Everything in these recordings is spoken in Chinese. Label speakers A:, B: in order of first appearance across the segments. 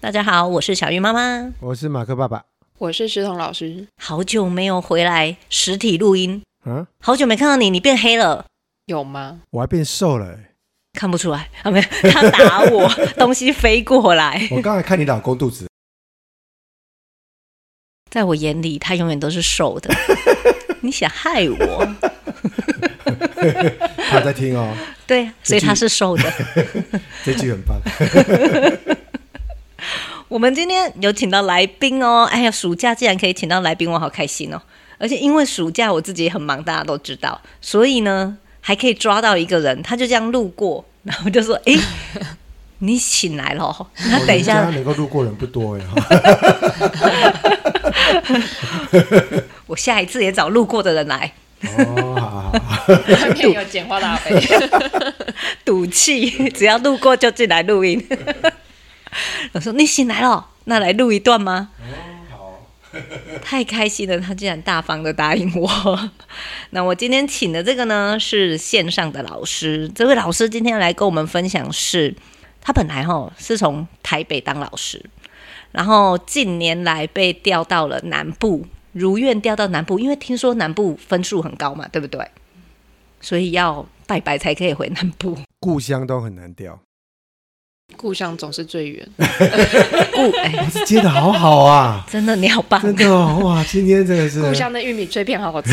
A: 大家好，我是小鱼妈妈，
B: 我是马克爸爸。
C: 我是石彤老师，
A: 好久没有回来实体录音，
B: 啊，
A: 好久没看到你，你变黑了，
C: 有 吗？
B: 我还变瘦了欸、
A: 看不出来啊？没有，他打我，东西飞过来，
B: 我刚才看你老公肚子，
A: 在我眼里，他永远都是瘦的。你想害我？
B: 他有在听哦，
A: 对啊，所以他是瘦的。
B: 这句很 棒。
A: 我们今天有请到来宾哦，哎呀，暑假竟然可以请到来宾，我好开心哦！而且因为暑假我自己也很忙，大家都知道，所以呢，还可以抓到一个人，他就这样路过，然后就说：“哎、你醒来了哦。”那
B: 我
A: 等一
B: 们
A: 下
B: 家，能够路过人不多哎、
A: 我下一次也找路过的人来
B: 哦，好好好，
C: 外面有简化大杯，
A: 赌气， 只要路过就进来录音。 我说：“你醒来了哦，那来录一段吗？” 太开心了，他竟然大方的答应我。 那我今天请的这个呢是线上的老师，这位老师今天来跟我们分享是，他本来哈是从台北当老师，然后近年来被调到了南部，如愿调到南部，因为听说南部分数很高嘛，对不对？所以要拜拜才可以回南部。
B: 故乡都很难掉。
C: 故乡总是最远。
A: 故哎、
B: 哇，这接的好好 啊，
A: 真的你好棒，
B: 真的哦，哇，今天真的是
C: 故乡的玉米脆片好好吃，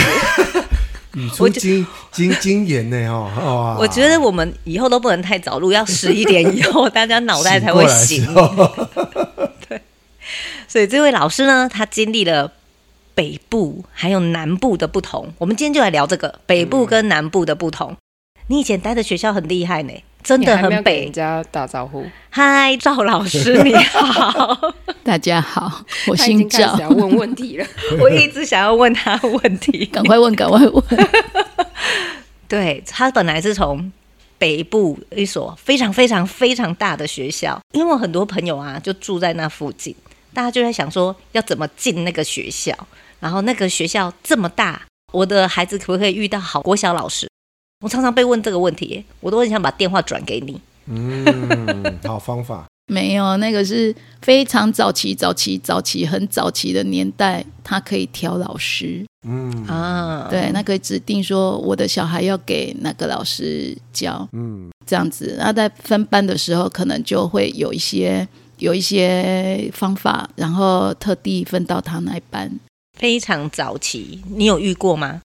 B: 语出惊惊惊言呢哦，哇，
A: 我觉得我们以后都不能太早录，要十一点以后，大家脑袋才会醒。
B: 过来的时候
A: 所以这位老师呢，他经历了北部还有南部的不同。我们今天就来聊这个北部跟南部的不同。你以前待的学校很厉害呢，真
C: 你
A: 的
C: 还没有
A: 很
C: 给人
A: 北。
C: 家打招呼。
A: 嗨，赵老师你好，
D: 大家好， 我
C: 他已经
D: 姓
C: 开
D: 赵
C: 始，要问问题 了，
A: 我一直想要问他问题。
D: 赶快问，赶快问。
A: 对他本来是从北部一所非常非常非常大的学校，因为我很多朋友啊就住在那附近，大家就在想说要怎么进那个学校，然后那个学校这么大，我的孩子可不可以遇到好国小老师？我常常被问这个问题耶，我都很想把电话转给你。
B: 嗯，好方法，
D: 没有，那个是非常早期、早期、早期、很早期的年代，他可以挑老师，
B: 嗯
A: 啊，
D: 对，那可以指定说我的小孩要给哪个老师教
B: 嗯，
D: 这样子。那在分班的时候，可能就会有一些有一些方法，然后特地分到他那一班。
A: 非常早期，你有遇过 吗？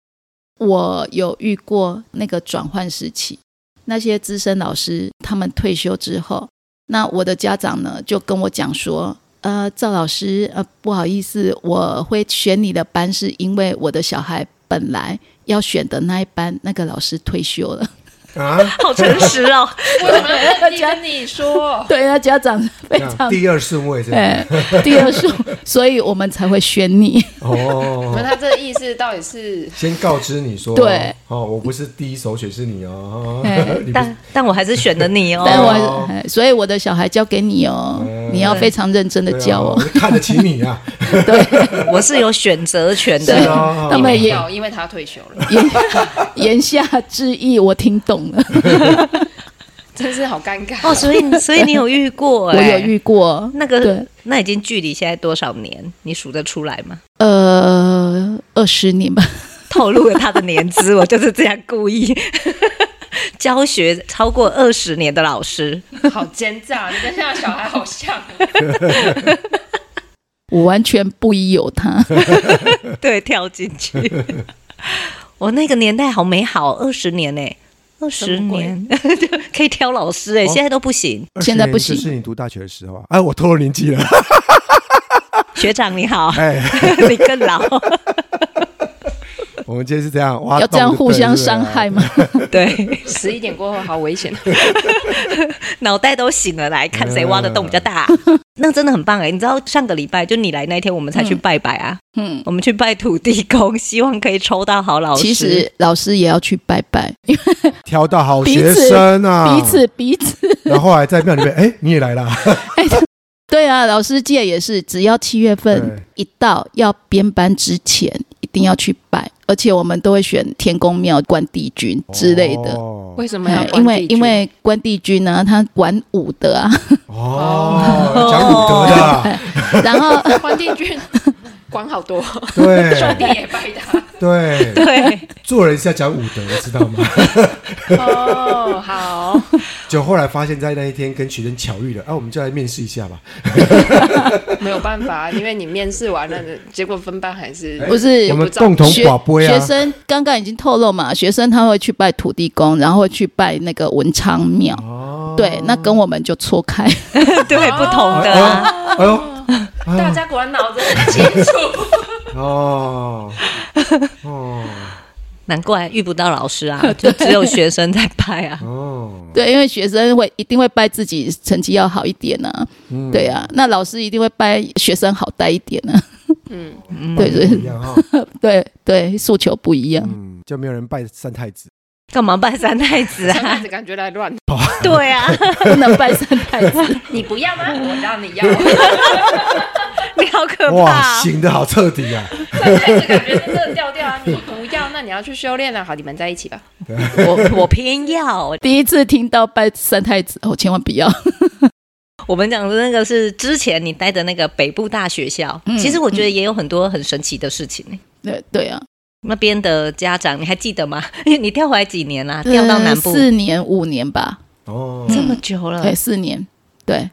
D: 我有遇过那个转换时期，那些资深老师他们退休之后，那我的家长呢就跟我讲说，呃，赵老师，呃，不好意思，我会选你的班是因为我的小孩本来要选的那一班那个老师退休了。
B: 啊，
A: 好诚实哦，
C: 我怎么问题跟你 说？
D: 对，那家长非
B: 这样
D: 常。
B: 第二顺位这样，
D: 哎，第二数，所以我们才会选你。
C: 我们
B: 哦。
C: 他这意思到底是
B: 先告知你说，
D: 对，
B: 哦，我不是第一首选是你哦，
D: 哎
B: 你不是
A: 但但我还是选了你哦。
D: 但我，哎所以我的小孩交给你哦，你要非常认真的
B: 对啊
D: 教
B: 我
D: 哦。
B: 是看得起你 啊，
D: 对，
A: 我是有选择权
D: 对
B: 是
A: 的，
B: 啊，
D: 他们也
C: 有，因为他退休了，
D: 言言 下之意我听懂了，
C: 真是好尴尬。
A: 哦，所以所以你有遇过、
D: 我
A: 哎
D: 有遇过。
A: 那个
D: 对，
A: 那已经距离现在多少年？你数得出来吗？
D: 呃，二十年吧，
A: 透露了他的年资，我就是这样故意 教学超过二十年的老师，
C: 好奸诈，你跟现在小孩好像。
D: 我完全不疑有他。
A: 对，跳进去。我那个年代好美好，哦二十年呢、二十
C: 什么鬼
A: 年就 可以挑老师哎、
B: 哦
A: 现在都不行。
D: 现在不行
B: 20年就是你读大学的时候啊！哎，我透露年纪了，
A: 学长你好，
B: 哎，
A: 你更老，
B: 我们今天是这样，哇，
D: 要这样互
B: 啊
D: 相伤
B: 哎
D: 害吗？
A: 对，
C: 十一点过后好危险，
A: 脑袋都醒了，来看谁挖的洞比较大。那真的很棒哎、你知道上个礼拜就你来那天，我们才去
D: 嗯
A: 拜拜啊。
D: 嗯，
A: 我们去拜土地公，希望可以抽到好老师。
D: 其实老师也要去拜拜，因为
B: 挑到好学生啊，
D: 彼此彼此。
B: 然后还在庙里面，哎，你也来啦，
D: 哎对啊，老师界也是，只要七月份
B: 对
D: 一到要编班之前，一定要去拜，而且我们都会选天公庙、关帝君 之类的。
B: 哦
C: 为什么要
D: 哎
C: 关
D: 因为
C: 帝君
D: 因为关帝君呢，他玩武的啊，
B: 哦，讲武德的 啊，
D: 然后
C: 关帝君 管好多，
B: 对
C: 兄弟也拜 他。
B: 对，
A: 对，
B: 做人是要讲武德，知道吗？
C: 哦，好，
B: 就后来发现，在那一天跟学生巧遇了，啊，我们就来面试一下吧。
C: 没有办法，啊 因为你面试完了，结果分班还是
D: 不是
B: 我们
C: 不知道
B: 共同
D: 学
B: 寡杯
D: 学
B: 啊，
D: 生刚刚已经透露嘛，学生他会去拜土地公，然后会去拜那个文昌庙。
B: 哦，
D: 对，那跟我们就错开。
A: 对，不同的啊。
B: 哎呦，哎呦，
C: 大家果然脑子很清楚。
B: 哦，哦，
A: 难怪遇不到老师 啊，就只有学生在拍啊。
B: 哦，
D: 对，因为学生会一定会拜自己成绩要好一点呢、啊。
B: 嗯
D: 对啊，那老师一定会拜学生好带一点呢、啊。
C: 嗯，
D: 对
B: 不一
D: 对
B: 样哈，
D: 对对，诉求不一样。
B: 嗯，就没有人拜三太子，
A: 干嘛拜三太子
C: 刚开
A: 啊？
C: 始感觉来乱，
A: 对 啊，
B: 嗯
D: 不能拜三太子。
C: 你不要吗？我让你要，
A: 你好可
B: 哇，
A: 怕、哦！
B: 行的好彻底 啊，
C: 刚开始感觉是这调调 啊，你不要，那你要去修炼啊了。好，你们在一起吧。
A: 我我偏要。
D: 第一次听到拜三太子，哦，千万不要。
A: 我们讲的那个是之前你待的那个北部大学校，
D: 嗯
A: 其实我觉得也有很多很神奇的事情、欸
D: 对对啊，
A: 那边的家长，你还记得吗？ 因为你调回来几年啦、调啊到南部嗯
D: 呃四年五年吧，
B: 哦，
A: 这么久了，
D: 对，四年，对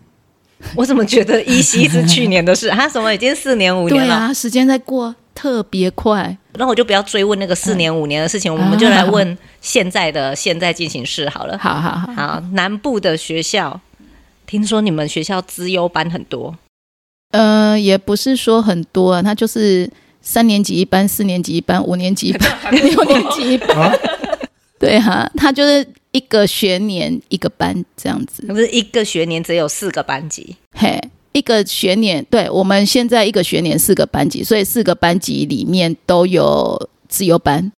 A: 我怎么觉得依稀是去年的 事？他什么已经四年五
D: 对
A: 年了？
D: 啊，时间在过特别快。
A: 那我就不要追问那个四
D: 嗯
A: 年五年的事情，我们就来
D: 啊
A: 问现在的现在进行式好了。
D: 好好好，
A: 好，南部的学校，听说你们学校资优班很多，
D: 呃，也不是说很多啊，他就是三年级一班、四年级一班、五年级一班、六年级一班。
B: 啊，
D: 对啊，他就是一个学年一个班这样子。
A: 可是一个学年只有四个班级，
D: 嘿，一个学年，对我们现在一个学年四个班级，所以四个班级里面都有自由班。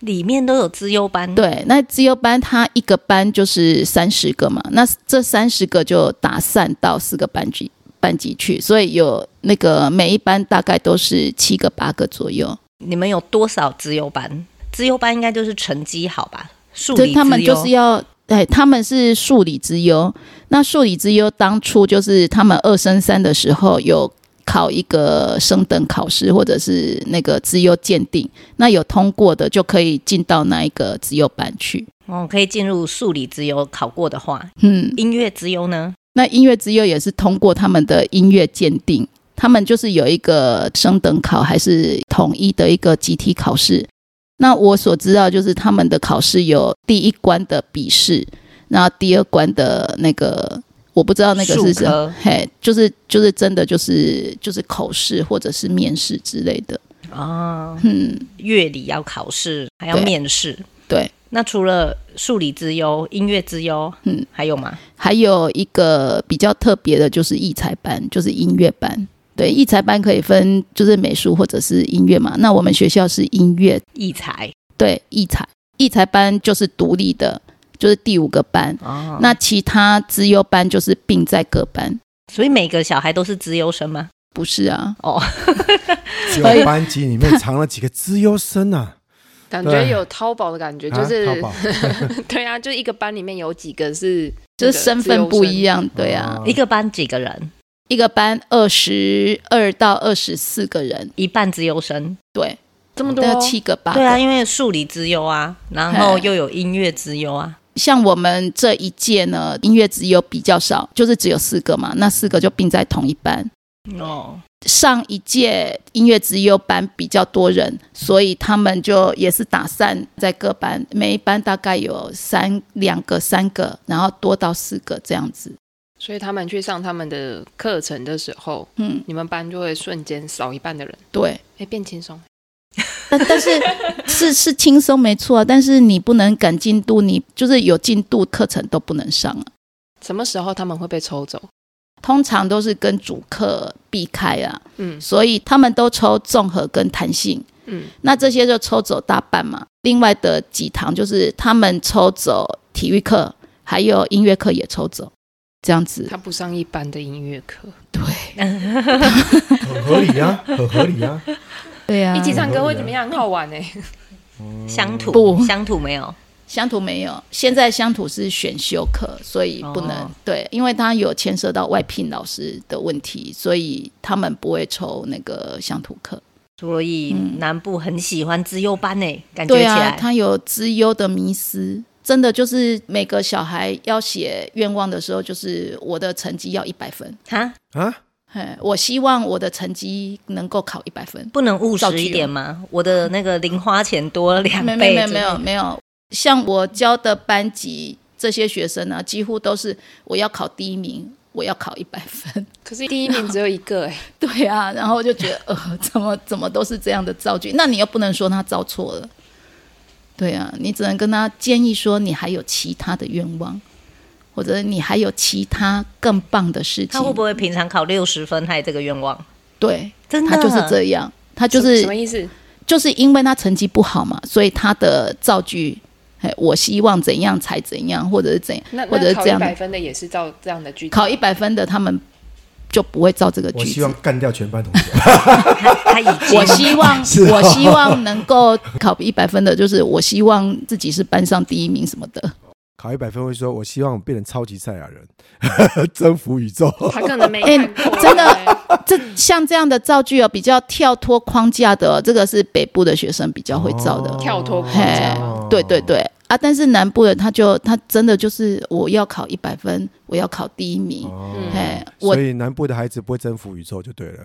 A: 里面都有资优班。，
D: 对，那自由班它一个班就是三十个嘛，那这三十个就打散到四个班级班级去，所以有那个每一班大概都是七个八个左右。
A: 你们有多少资优班？资优班应该就是成绩好吧？数
D: 就
A: 理
D: 他们
A: 资
D: 就
A: 优
D: 是要，哎，他们是数理之优。那数理之优当初就是他们二升三的时候有考一个升等考试，或者是那个资优鉴定，那有通过的就可以进到那一个资优班去。
A: 哦，可以进入数理资优，考过的话，
D: 嗯，
A: 音乐资优呢？
D: 那音乐之优也是通过他们的音乐鉴定，他们就是有一个升等考还是统一的一个集体考试。那我所知道就是他们的考试有第一关的笔试，然后第二关的那个我不知道那个是
A: 术
D: 什
A: 科
D: 么，嘿，就是就是真的就是就是口试或者是面试之类的，
A: 哦，
D: 嗯，
A: 乐理要考试，还要
D: 对
A: 面试。
D: 对，
A: 那除了数理之优、音乐之优，嗯
D: 嗯，
A: 还有吗？
D: 还有一个比较特别的就是艺才班，就是音乐班。对，艺才班可以分就是美术或者是音乐嘛。那我们学校是音乐，
A: 艺才
D: 对，艺才艺才班就是独立的，就是第五个班。
A: 哦，
D: 那其他资优班就是并在各班，
A: 所以每个小孩都是资优生吗？
D: 不是啊？
A: 哦，
B: 只有班级里面藏了几个资优生啊，
C: 感觉有淘宝的感觉，就
B: 啊
C: 是
B: 淘宝
C: 对啊，就一个班里面有几个是
D: 就是身份不一
C: 样，
D: 样，对
C: 哦
D: 啊，
A: 一个班几个人？
D: 一个班二十二到二十四个人，
A: 一半资优生，
D: 对，
C: 这么多
D: 要七个八个，
A: 对啊，因为数理之优啊，然后又有音乐之优啊，
D: 像我们这一届呢，音乐只有比较少，就是只有四个嘛，那四个就并在同一班。
A: 哦，
D: 上一届音乐之优班比较多人，所以他们就也是打散在各班，每一班大概有三两个、三个，然后多到四个这样子。
C: 所以他们去上他们的课程的时候，
D: 嗯，
C: 你们班就会瞬间少一半的人，
D: 对。
C: 哎，变轻松。
D: 但 但是是是轻松没错啊，但是你不能赶进度，你就是有进度课程都不能上啊。
C: 什么时候他们会被抽走？
D: 通常都是跟主课避开啊，
C: 嗯
D: 所以他们都抽综合跟弹性。
C: 嗯，
D: 那这些就抽走大半嘛。另外的几堂就是他们抽走体育课，还有音乐课也抽走，这样子
C: 他。不上一班的音乐课，
D: 对，
B: 很合理啊，很合理啊，
D: 对呀、
C: 一起唱歌会怎么样？很好玩哎、
A: 乡土
D: 不
A: 乡土没有，
D: 乡土没有，现在乡土是选修课，所以不能、
A: 哦
D: 对，因为它有牵涉到外聘老师的问题，所以他们不会抽那个乡土课。
A: 所以南部很喜欢资优班诶，感觉
D: 嗯对
A: 起
D: 啊，
A: 来。
D: 他有资优的迷思，真的就是每个小孩要写愿望的时候，就是我的成绩要一百分，
A: 哈，
B: 啊，
D: 嘿，我希望我的成绩能够考一百分。
A: 不能务
D: 造
A: 实
D: 句
A: 一点吗？我的那个零花钱多了两
D: 没
A: 倍，
D: 有没有没有，没有，像我教的班级这些学生呢，几乎都是我要考第一名，我要考一百分。
C: 可是第一名只有一个哎、
D: 对啊，然后我就觉得，呃，怎么怎么都是这样的造句？那你又不能说他造错了，对啊，你只能跟他建议说，你还有其他的愿望，或者你还有其他更棒的事情。
A: 他会不会平常考六十分，害这个愿望？
D: 对，
A: 真的
D: 他就是这样，他就
C: 什么
D: 是
C: 意思？
D: 就是因为他成绩不好嘛，所以他的造句，哎，我希望怎样才怎样，或者是怎样
C: 那，
D: 或者
C: 那
D: 是
C: 考
D: 这
C: 一
D: 样
C: 百
D: 的。
C: 分的也是照这样的句子。
D: 考一百分的他们就不会造这个
B: 我
D: 句
B: 希
D: 子
B: 望。干掉全班同 学。
A: 他 他已经
D: 我希 望，
B: 是哦
D: 我希望能够考一百分的，就是我希望自己是班上第一名什么的。
B: 考一百分会说，我希望我变成超级赛亚 人，征服宇宙。
C: 他可能没
D: 哎
C: 看过、
D: 真的
C: 哎
D: 这像这样的造句哦，比较跳脱框架的哦、这个是北部的学生比较会造的。
B: 哦
C: 跳脱框架
D: 嘿
C: 吗。
D: 对对对啊，但是南部的他就他真的就是我要考一百分，我要考第一名。
B: 哦
D: 嘿，我
B: 所以南部的孩子不会征服宇宙就对 了，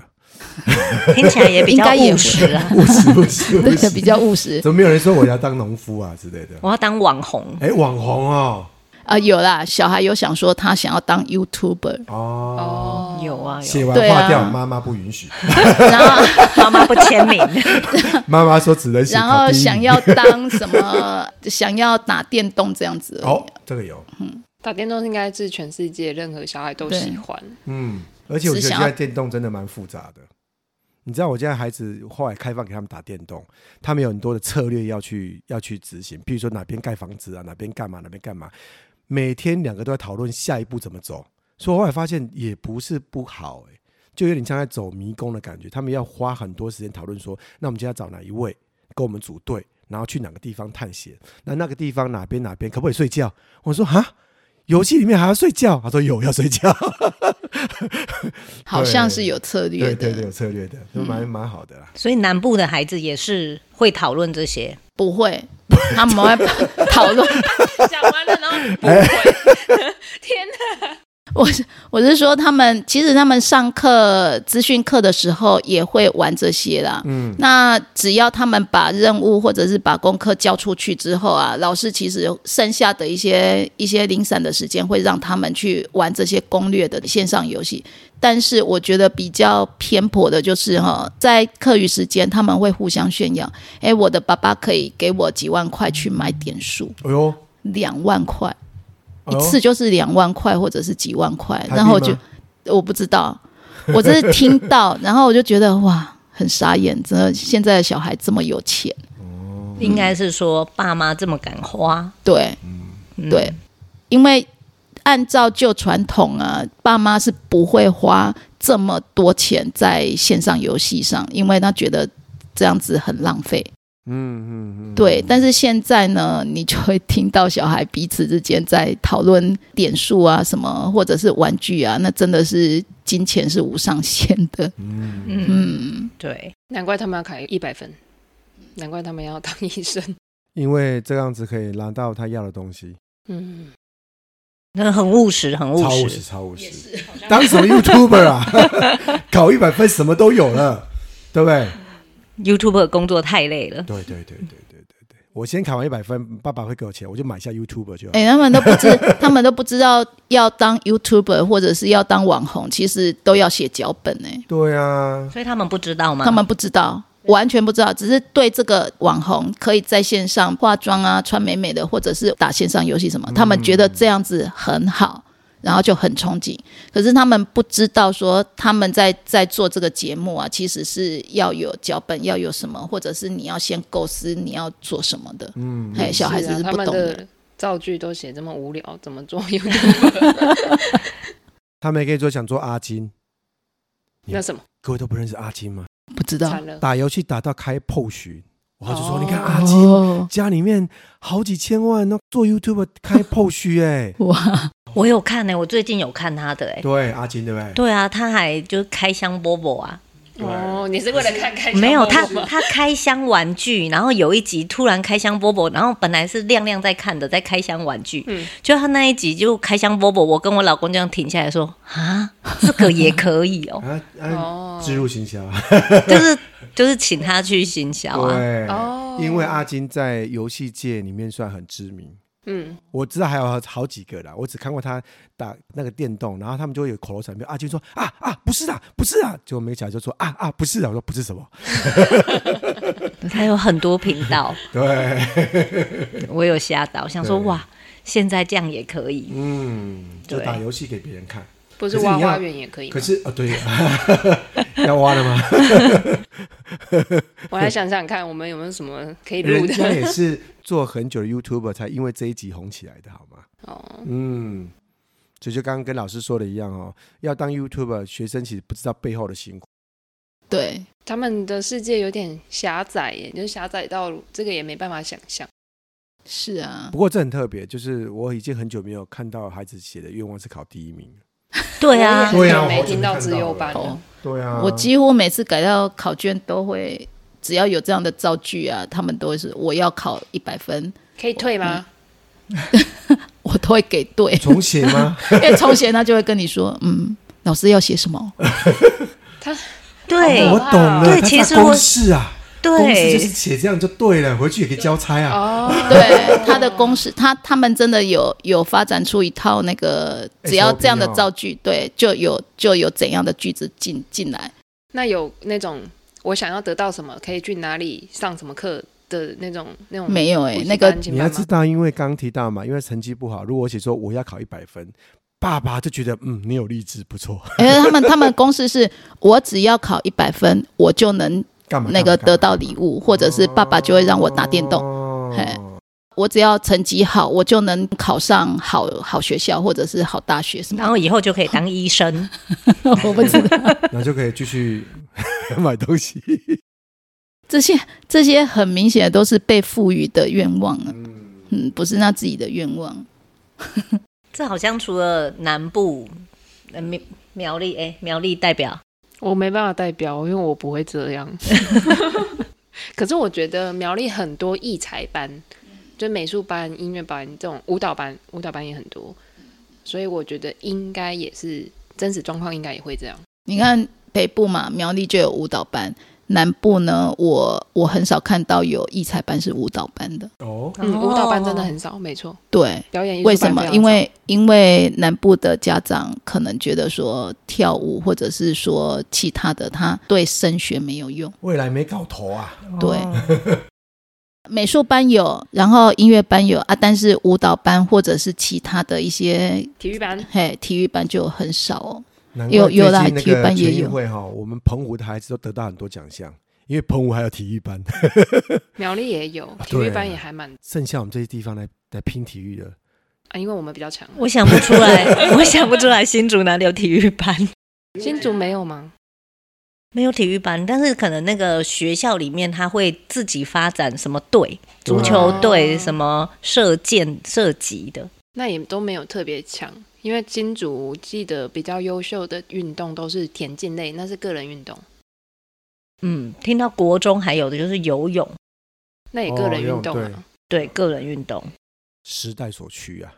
A: 听起来也比
D: 应
A: 较
D: 该也
A: 务实啊。
B: 不是不是不
D: 对
B: 是，
D: 比较务实
B: 怎么没有人说我要当农夫啊之类的？
A: 我要当网红，
B: 哎，网红哦，
D: 啊，有啦，小孩有想说他想要当 YouTuber，
B: 哦，
C: 哦，
A: 有啊有
B: 写完
D: 对啊
B: 划掉，妈妈不允许，
D: 然后
A: 啊，妈妈不签名，
B: 妈妈说只能写
D: 然
B: 考
D: 后
B: 第一
D: 想
B: 名
D: 要当什 么，想要打电动这样子而已。
B: 哦，这个有，
C: 打电动应该是全世界任何小孩都喜欢。
B: 嗯，而且我觉得
D: 只
B: 现
D: 想
B: 在
D: 要
B: 电动真的蛮复杂的。你知道我现在孩子后来开放给他们打电动，他们有很多的策略要去要去执行，譬如说哪边盖房子啊，哪边干嘛，哪边干嘛，每天两个都在讨论下一步怎么走。所以我后来发现也不是不好、欸，就有点像在走迷宫的感觉。他们要花很多时间讨论说，那我们今天要找哪一位跟我们组队，然后去哪个地方探险，那那个地方哪边哪边可不可以睡觉？我说哈，游戏里面还要睡觉？他说有要睡觉。
D: 好像是有策
B: 对
D: 略的，嗯
B: 对对，有策略的，就蛮蛮好的啦。
A: 所以南部的孩子也是会讨论这些。
D: 不会，他们会 讨论。
C: 讲完了，然后 不会， 天哪！
D: 我是我是说，他们其实他们上课资讯课的时候也会玩这些啦。嗯，那只要他们把任务或者是把功课交出去之后啊，老师其实剩下的一些一些零散的时间会让他们去玩这些攻略的线上游戏。但是我觉得比较偏颇的就是哈，在课余时间他们会互相炫耀，哎，我的爸爸可以给我几万块去买点数，
B: 哎呦，
D: 两万块。
B: 哎
D: 一
B: 呦
D: 次就是两万块或者是几万块，
B: 哎台币
D: 然后我就
B: 吗
D: 我不知道， 我只是听到，然后我就觉得哇，很傻眼，真的现在的小孩这么有钱，嗯
A: 应该是说爸妈这么敢花，
D: 对，
A: 嗯
D: 对，因为按照旧传统啊，爸妈是不会花这么多钱在线上游戏上，因为他觉得这样子很浪费。
B: 嗯嗯嗯，
D: 对，但是现在呢，你就会听到小孩彼此之间在讨论点数啊，什么或者是玩具啊，那真的是金钱是无上限的。
A: 嗯，
D: 嗯，
A: 对，
C: 难怪他们要考一百分，难怪他们要当医生。
B: 因为这样子可以拿到他要的东西，
C: 嗯，
A: 那很务实，很务
B: 超务实，
A: 实。
B: 超务实。当什么 YouTuber 啊？考一百分什么都有了，对不对？
A: YouTuber 工作太累了，
B: 对对对对对对对，我先考完一百分，爸爸会给我钱，我就买下 YouTuber 就好。
D: 哎、他们都不知， 他们都不知道要当 YouTuber 或者是要当网红，其实都要写脚本哎、
B: 对啊，
A: 所以他们不知道吗？
D: 他们不知道。完全不知道，只是对这个网红可以在线上化妆啊、穿美美的，或者是打线上游戏什么，他们觉得这样子很好，然后就很憧憬。可是他们不知道说，他们在在做这个节目啊，其实是要有脚本，要有什么，或者是你要先构思你要做什么的。嗯，哎，小孩子
C: 啊
D: 是
C: 他
D: 不
C: 们
D: 懂的。
C: 的造句都写这么无聊，怎么做 YouTube？
B: 他们也可以说想做阿金，
C: 那什么？
B: 各位都不认识阿金吗？
D: 不知道。
C: 惨了，
B: 打游戏打到开 POS，我就说、
C: 哦
B: 你看阿金、
D: 哦，
B: 家里面好几千万，那做 YouTube 开 POS 哎、
D: 哇，
A: 我有看呢、欸我最近有看他的哎、
B: 对阿金对不对？
A: 对啊，他还就是开箱波波啊，
C: 哦，你是为了看开心
A: 没有
C: 吗
A: 他他开箱玩具，然后有一集突然开箱波波，然后本来是亮亮在看的，在开箱玩具，
C: 嗯
A: 就他那一集就开箱波波，我跟我老公这样停下来说啊，这个也可以 哦，
B: 啊啊，
C: 哦
B: 植入行销啊，
A: 就是就是请他去行销啊，
B: 对，
C: 哦
B: 因为阿金在游戏界里面算很知名。
C: 嗯，
B: 我知道还有好几个啦，我只看过他打那个电动，然后他们就会有口头禅，比如阿金说啊啊不是啊不是啊，结果没起来就说啊啊不是啊，我说不是什么，
A: 他有很多频道，
B: 对，
A: 我有吓到，想说
B: 对
A: 哇，现在这样也可以，
B: 嗯，就
A: 对
B: 打游戏给别人看，
C: 不是
B: 可是
C: 挖
B: 你要
C: 花园也可以吗
B: 可是啊、对， 要挖了吗？
C: 我来想想看，我们有没有什么可以录
B: 人家也
C: 的？
B: 是做很久的 YouTuber 才因为这一集红起来的，好吗？
C: 哦，
B: 嗯，所以就刚刚跟老师说的一样哦，要当 YouTuber，学生其实不知道背后的辛苦。
D: 对，
C: 他们的世界有点狭窄耶，就是狭窄到这个也没办法想象。
D: 是啊
B: 不，过这很特别，就是我已经很久没有看到孩子写的愿望是考第一名。
A: 对啊，
C: 我
B: 对
C: 也
B: 啊我
C: 很久没
B: 好久
C: 听
B: 没
C: 到
B: 看
C: 自
B: 到
C: 由
B: 了
C: 班了
D: 哦。，
B: 对啊，
C: 嗯
D: 我几乎每次改到考卷都会，只要有这样的造句啊，他们都是我要考一百分，
C: 可以退吗？
D: 我都会给对
B: 重写吗？
D: 因为从前他就会跟你说，嗯，老师要写 什么？
A: 对
B: 啊
C: 好
B: 我
C: 可怕
B: 懂了，
A: 对
B: 他
A: 其
B: 大
A: 实
B: 公
A: 我
B: 式啊，公式就
A: 对，
B: 是写这样就对了，回去也可以交差啊。
C: 哦，
D: 对，他的公式，他他们真的有有发展出一套那个，只要
B: SOP
D: 这样的
B: 哦
D: 造 句，对，就有就有怎样的句子进进来。
C: 那有那种我想要得到什么，可以去哪里上什么课的那种那种
D: 没有哎、
C: 嗯补习
D: 那个
C: 班进
B: 你要
C: 班
B: 知
C: 吗？
B: 道，因为刚提到嘛，因为成绩不好，如果我写说我要考一百分，爸爸就觉得嗯，你有励志，不错，
D: 哎、他们他们公式是我只要考一百分，我就能
B: 干嘛
D: 那个得到
B: 物，
D: 礼物，或者是爸爸就会让我打电动。嘿
B: 动。
D: 我只要成绩好，我就能考上好好学校或者是好大学什
A: 然
D: 么。
A: 后以后就可以当医生，
D: 我不知 道
B: 然后就可以继续 买东 西。
D: 这些这些很明显都是被赋予的愿望啊，嗯，不是他自己的愿望。
A: 这好像除了南部，呃苗苗栗哎、苗栗代表。
C: 我没办法代表，因为我不会这样。可是我觉得苗栗很多艺才班，就美术班、音乐班这种舞蹈班，舞蹈班也很多，所以我觉得应该也是真实状况，应该也会这样。
D: 你看北部嘛，苗栗就有舞蹈班；南部呢，我我很少看到有艺才班是舞蹈班的。
B: 哦，
C: 嗯，
A: 哦
C: 舞蹈班真的很少，没错，
D: 对，
C: 表演艺术
D: 为
C: 班
D: 什么
C: 非？常
D: 因为因为南部的家长可能觉得说跳舞或者是说其他的，他对升学没有用。
B: 未来没搞头啊！
D: 对，美术班有，然后音乐班有啊，但是舞蹈班或者是其他的一些
C: 少体育班
D: 嘿体育班就很少 哦。
B: 难
D: 有
B: 怪
D: 有啦
B: 最近那
D: 体育
B: 个
D: 班也
B: 全运
D: 有
B: 会哈，我们澎湖的孩子都得到很多奖项，因为澎湖还有体育班，
C: 苗栗也有，体
B: 对
C: 育班也还蛮
B: 剩下我们这些地方来来拼体育的。
C: 啊，因为我们比较强。
A: 我想不出 来，我想不出来新竹哪里有体育班，
C: 新竹没有吗？
A: 没有体育班，但是可能那个学校里面他会自己发展什么队，
B: 对啊
A: 足球队、
C: 哦
A: 什么射箭、射击的。
C: 那也都没有特别强，因为金主我记得比较优秀的运动都是田径类，那是个人运动，
A: 嗯，听到国中还有的就是游泳，
C: 那也个人运动
B: 哦游
C: 啊。
B: 泳对
A: 对个人运动。
B: 时代所趋啊，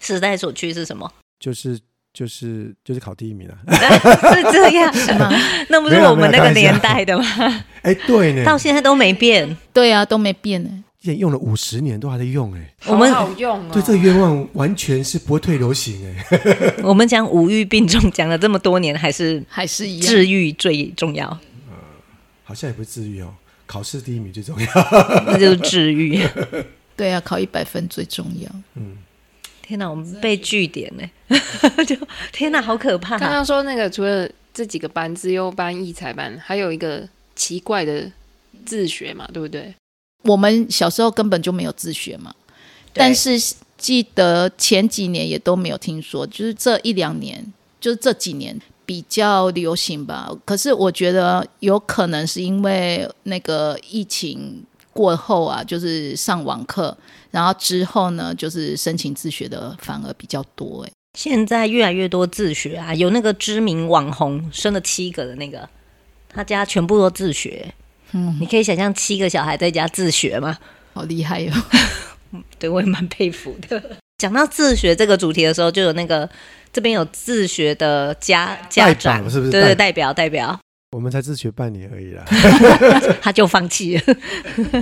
A: 时代所趋是什么？
B: 就是就是就是考第一名啊！
A: 是这样吗？那不是
B: 没有
A: 我们
B: 没
A: 那个
B: 有开玩笑
A: 年代的吗？
B: 哎，对呢，
A: 到现在都没变。
D: 对啊，都没变呢。
B: 在用了五十年都还在用哎，
A: 我们
C: 好好用哦。
B: 对这个愿望完全是不会退流行哎。
A: 我们讲五育并重，讲了这么多年，还是
D: 还是一样，
A: 治愈最重要，
B: 好像也不是至于哦，考试第一名最重要。
A: 那就是治愈。
D: 对啊，考一百分最重要。
B: 嗯，
A: 天哪，我们被据点呢、 就天哪，好可 怕、
C: 刚刚说那个，除了这几个班，资优班、艺才班，还有一个奇怪的自学嘛，对不对？
D: 我们小时候根本就没有自学嘛，但是记得前几年也都没有听说，就是这一两年，就是这几年比较流行吧。可是我觉得有可能是因为那个疫情过后啊，就是上网课，然后之后呢，就是申请自学的反而比较多、欸。
A: 现在越来越多自学啊，有那个知名网红生了七个的那个，他家全部都自学。
D: 嗯
A: 你可以想象七个小孩在家自学吗？
D: 好厉害哦哟、
A: 对我也蛮佩服的。 讲到自学这个主题的时候，就有那个这边有自学的家家
B: 代表
A: 长，
B: 是不是
A: 对对，
B: 代
A: 代表代表，
B: 我们才自学半年而已 啦，
A: 他就放 弃了。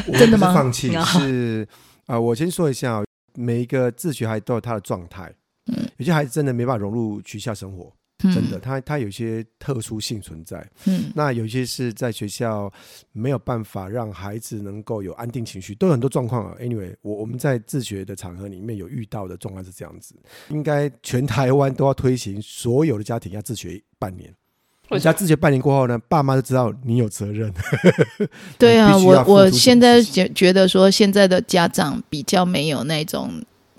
B: 我
D: 真
B: 不是
D: 的吗
B: 放弃
A: 哦
B: 是啊、呃我先说一下、哦，每一个自学孩子都有他的状态，
D: 嗯
B: 有些孩子真的没办法融入学校生活，
D: 嗯，
B: 真的，，他他有一些特殊性存在。
D: 嗯
B: 那有一些是在学校没有办法让孩子能够有安定情绪，都有很多状况啊。Anyway，我我们在自学的场合里面有遇到的状况是这样子，应该全台湾都要推行，所有的家庭要自学半年。
C: 为
B: 人
C: 什
B: 家
C: 么
B: 自学半年过后呢，爸妈就知道你有责任。
D: 对啊，
B: 必须要
D: 我
B: 付出
D: 我
B: 什么
D: 现在
B: 事情
D: 觉觉得说，现在的家长比较没有那种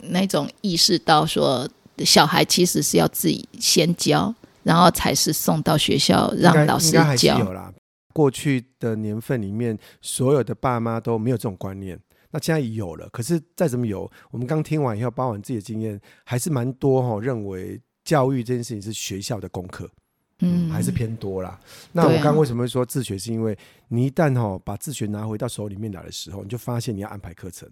D: 那种意识到说，小孩其实是要自己先教，然后才是送到学校
B: 应该
D: 让老师
B: 应该还是
D: 教
B: 有。啦。过去的年份里面，所有的爸妈都没有这种观念。那现在有了，可是再怎么有，我们刚听完以后，包含自己的经验，还是蛮多哈、哦，认为教育这件事情是学校的功课。
D: 嗯，
B: 还是偏多啦。那我
D: 对啊
B: 刚刚为什么会说自学？是因为你一旦哦把自学拿回到手里面来的时候，你就发现你要安排课程，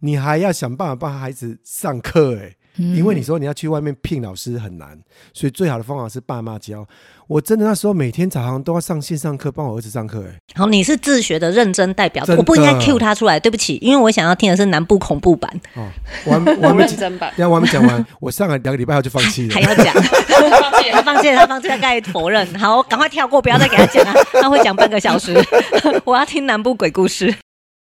B: 你还要想办法帮孩子上课、欸，
D: 嗯，
B: 因为你说你要去外面聘老师很难，所以最好的方法是爸妈教。我真的那时候每天早上都要上线上课，帮我儿子上课、欸，
A: 好，你是自学的认真代表，
B: 真的
A: 我不应该 cue 他出来，对不起，因为我想要听的是南部恐怖版，
B: 哦，我还我还
C: 不
B: 没
C: 认
B: 讲，
C: 真吧
B: 等一？下我还没讲完，我上了两个礼拜后就放弃 了
A: 还。要讲，
C: 抱
A: 他放
C: 歉
A: 弃了，他放弃了，他刚才否认。好，赶快跳过，不要再给他讲 了，他会讲半个小时。 我要听南部鬼故事。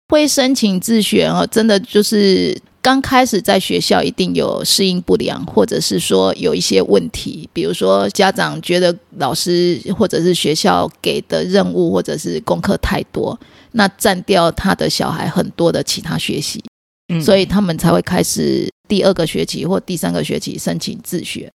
D: 会申请自学哦，真的就是刚开始在学校一定有适应不良，或者是说有一些问题，比如说家长觉得老师或者是学校给的任务或者是功课太多，那占掉他的小孩很多的其他学习，
A: 嗯
D: 所以他们才会开始第二个学期或第三个学期申请自学。